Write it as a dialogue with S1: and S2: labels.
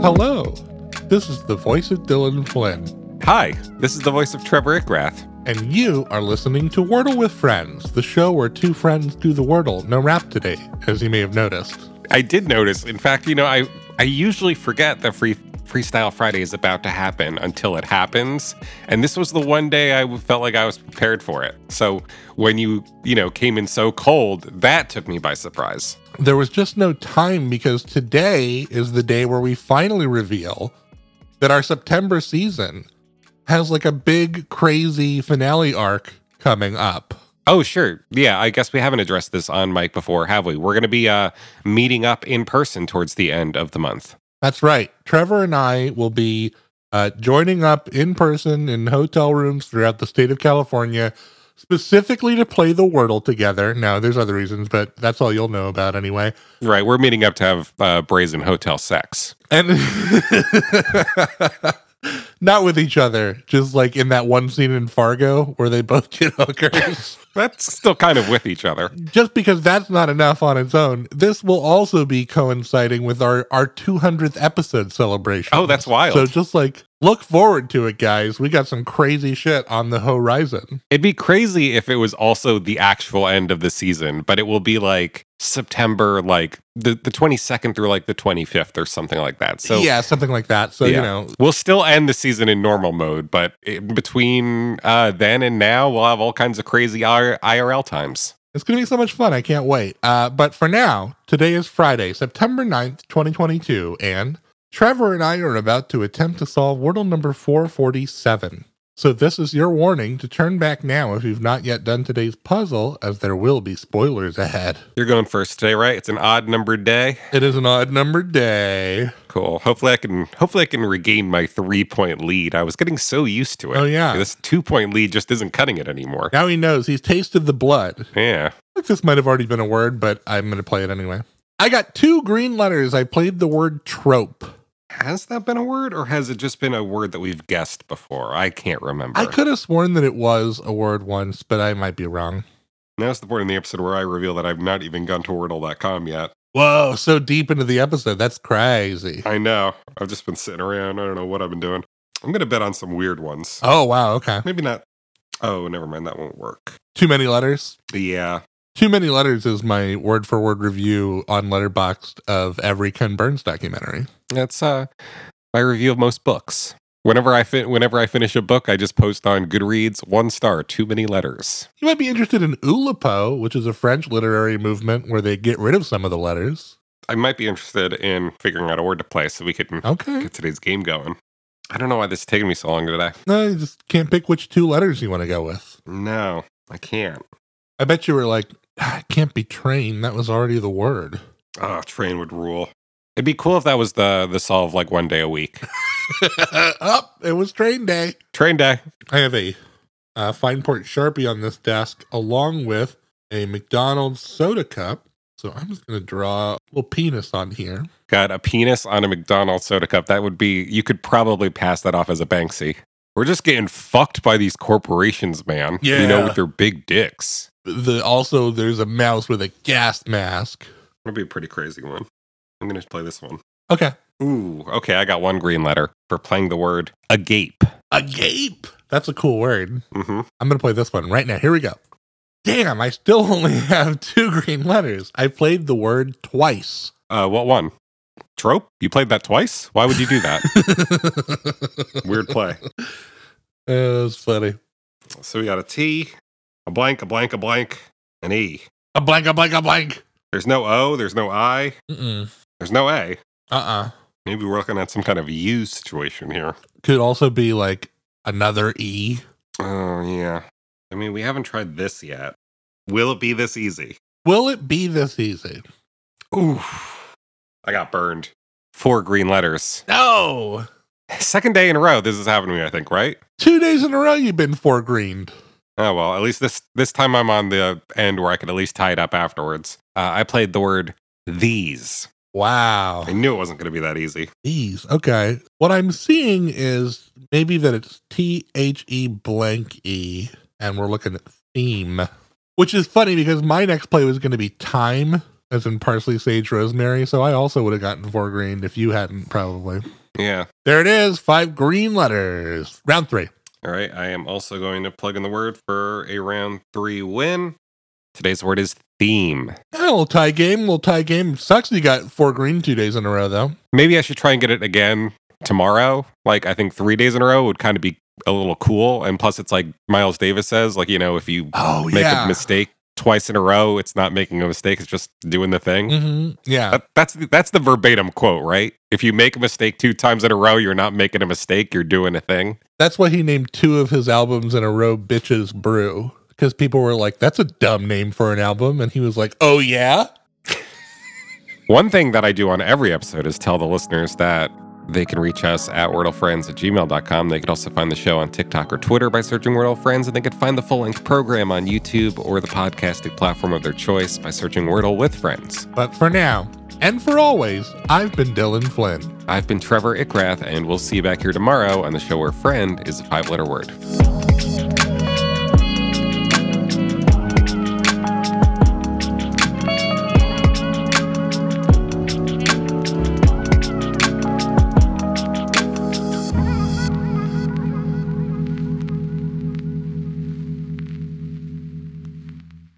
S1: Hello, this is the voice of Dylan Flynn,
S2: Hi, this is the voice of Trevor Ickrath.
S1: and you are listening to Wordle with Friends, the show where two friends do the Wordle. No rap today, as you may have noticed.
S2: I did notice, in fact, you know, I I usually forget that free Freestyle Friday is about to happen until it happens, and this was the one day I felt like I was prepared for it. So when you you know came in so cold, that took me by surprise.
S1: There was just no time because today is the day where we finally reveal that our September season has like a big, crazy finale arc coming up.
S2: Oh sure, yeah. I guess we haven't addressed this on mic before, have we? We're going to be uh, meeting up in person towards the end of the month.
S1: That's right. Trevor and I will be uh, joining up in person in hotel rooms throughout the state of California, specifically to play the Wordle together. Now, there's other reasons, but that's all you'll know about anyway.
S2: Right, we're meeting up to have uh, brazen hotel sex.
S1: And not with each other, just like in that one scene in Fargo where they both get hookers.
S2: That's still kind of with each other.
S1: just because that's not enough on its own, this will also be coinciding with our our 200th episode celebration.
S2: Oh, that's wild.
S1: So just like look forward to it, guys. We got some crazy shit on the horizon.
S2: It'd be crazy if it was also the actual end of the season, but it will be like September, like the, the 22nd through like the 25th or something like that. So
S1: yeah, something like that. So you
S2: Yeah.
S1: know,
S2: we'll still end the season in normal mode, but in between uh, then and now, we'll have all kinds of crazy I- IRL times.
S1: it's gonna be so much fun. I can't wait. Uh, but for now, today is Friday, September 9th, 2022, and Trevor and I are about to attempt to solve Wordle number 447. So this is your warning to turn back now if you've not yet done today's puzzle, as there will be spoilers ahead.
S2: You're going first today, right? It's an odd numbered day.
S1: It is an odd numbered day.
S2: Cool. Hopefully, I can hopefully I can regain my three point lead. I was getting so used to it.
S1: Oh, yeah.
S2: this two point lead just isn't cutting it anymore.
S1: Now he knows he's tasted the blood.
S2: Yeah.
S1: I think this might have already been a word, but I'm going to play it anyway. I got two green letters. I played the word trope.
S2: Has that been a word, or has it just been a word that we've guessed before? I can't remember.
S1: I could have sworn that it was a word once, but I might be wrong.
S2: Now's the point in the episode where I reveal that I've not even gone to Wordle.com yet.
S1: Whoa, so deep into the episode. That's crazy.
S2: I know. I've just been sitting around. I don't know what I've been doing. I'm going to bet on some weird ones.
S1: Oh, wow. Okay.
S2: Maybe not. Oh, never mind. That won't work.
S1: Too many letters.
S2: Yeah.
S1: Too many letters is my word for word review on Letterboxd of every Ken Burns documentary.
S2: That's uh, my review of most books. Whenever I fin- whenever I finish a book, I just post on Goodreads one star, too many letters.
S1: You might be interested in Oulipo, which is a French literary movement where they get rid of some of the letters.
S2: I might be interested in figuring out a word to play so we can
S1: Okay.
S2: get today's game going. I don't know why this is taking me so long today.
S1: No, you just can't pick which two letters you want to go with.
S2: No, I can't.
S1: I bet you were like, "Ah, it can't be train. That was already the word.
S2: Oh, train would rule. It'd be cool if that was the the solve like one day a week.
S1: Up, it was train day.
S2: Train day.
S1: I have a uh, fine port sharpie on this desk along with a McDonald's soda cup. So I'm just going to draw a little penis on here.
S2: Got a penis on a McDonald's soda cup. That would be you could probably pass that off as a Banksy. We're just getting fucked by these corporations, man. You know,
S1: Yeah.
S2: with their big dicks.
S1: The also there's a mouse with a gas mask.
S2: That'd be a pretty crazy one. I'm gonna play this one.
S1: Okay,
S2: Ooh, okay, I got one green letter for playing the word agape.
S1: a gape. That's a cool word.
S2: Mm-hmm.
S1: I'm gonna play this one right now. Here we go. Damn, I still only have two green letters. I played the word twice.
S2: Uh, what one? Trope? You played that twice? Why would you do that? Weird play.
S1: Uh, That's funny.
S2: So we got a T, a blank, a blank, a blank, an E.
S1: A blank, a blank, a blank.
S2: There's no O, there's no I,
S1: Mm-mm.
S2: there's no A.
S1: Uh-uh.
S2: Maybe we're looking at some kind of U situation here.
S1: Could also be like another E.
S2: Oh, yeah. I mean, we haven't tried this yet. Will it be this easy?
S1: Will it be this easy?
S2: Oof. I got burned. Four green letters.
S1: No.
S2: Second day in a row, this is happening to me, I think, right?
S1: Two days in a row you've been four greened.
S2: Oh, well, at least this, this time I'm on the end where I could at least tie it up afterwards. Uh, I played the word these.
S1: Wow.
S2: I knew it wasn't going to be that easy.
S1: These. Okay. What I'm seeing is maybe that it's T H E blank E, and we're looking at theme, which is funny because my next play was going to be time, as in parsley, sage, rosemary. So I also would have gotten four green if you hadn't, probably.
S2: Yeah.
S1: There it is. Five green letters. Round three.
S2: All right. I am also going to plug in the word for a round three win. Today's word is theme.
S1: Yeah, little tie game. Little tie game. Sucks you got four green two days in a row, though.
S2: Maybe I should try and get it again tomorrow. Like, I think three days in a row would kind of be a little cool. And plus, it's like Miles Davis says, like, you know, if you
S1: Oh,
S2: make a mistake twice in a row, it's not making a mistake, it's just doing the thing.
S1: hmm Yeah.
S2: That, that's the, that's the verbatim quote, right? If you make a mistake two times in a row, you're not making a mistake, you're doing a thing.
S1: That's why he named two of his albums in a row Bitches Brew. Because people were like, that's a dumb name for an album. And he was like, oh, yeah?
S2: One thing that I do on every episode is tell the listeners that they can reach us at wordlefriends at gmail.com. They can also find the show on TikTok or Twitter by searching Wordle Friends, and they can find the full length program on YouTube or the podcasting platform of their choice by searching Wordle with Friends.
S1: But for now, and for always, I've been Dylan Flynn.
S2: I've been Trevor Ickrath, and we'll see you back here tomorrow on the show where friend is a five letter word.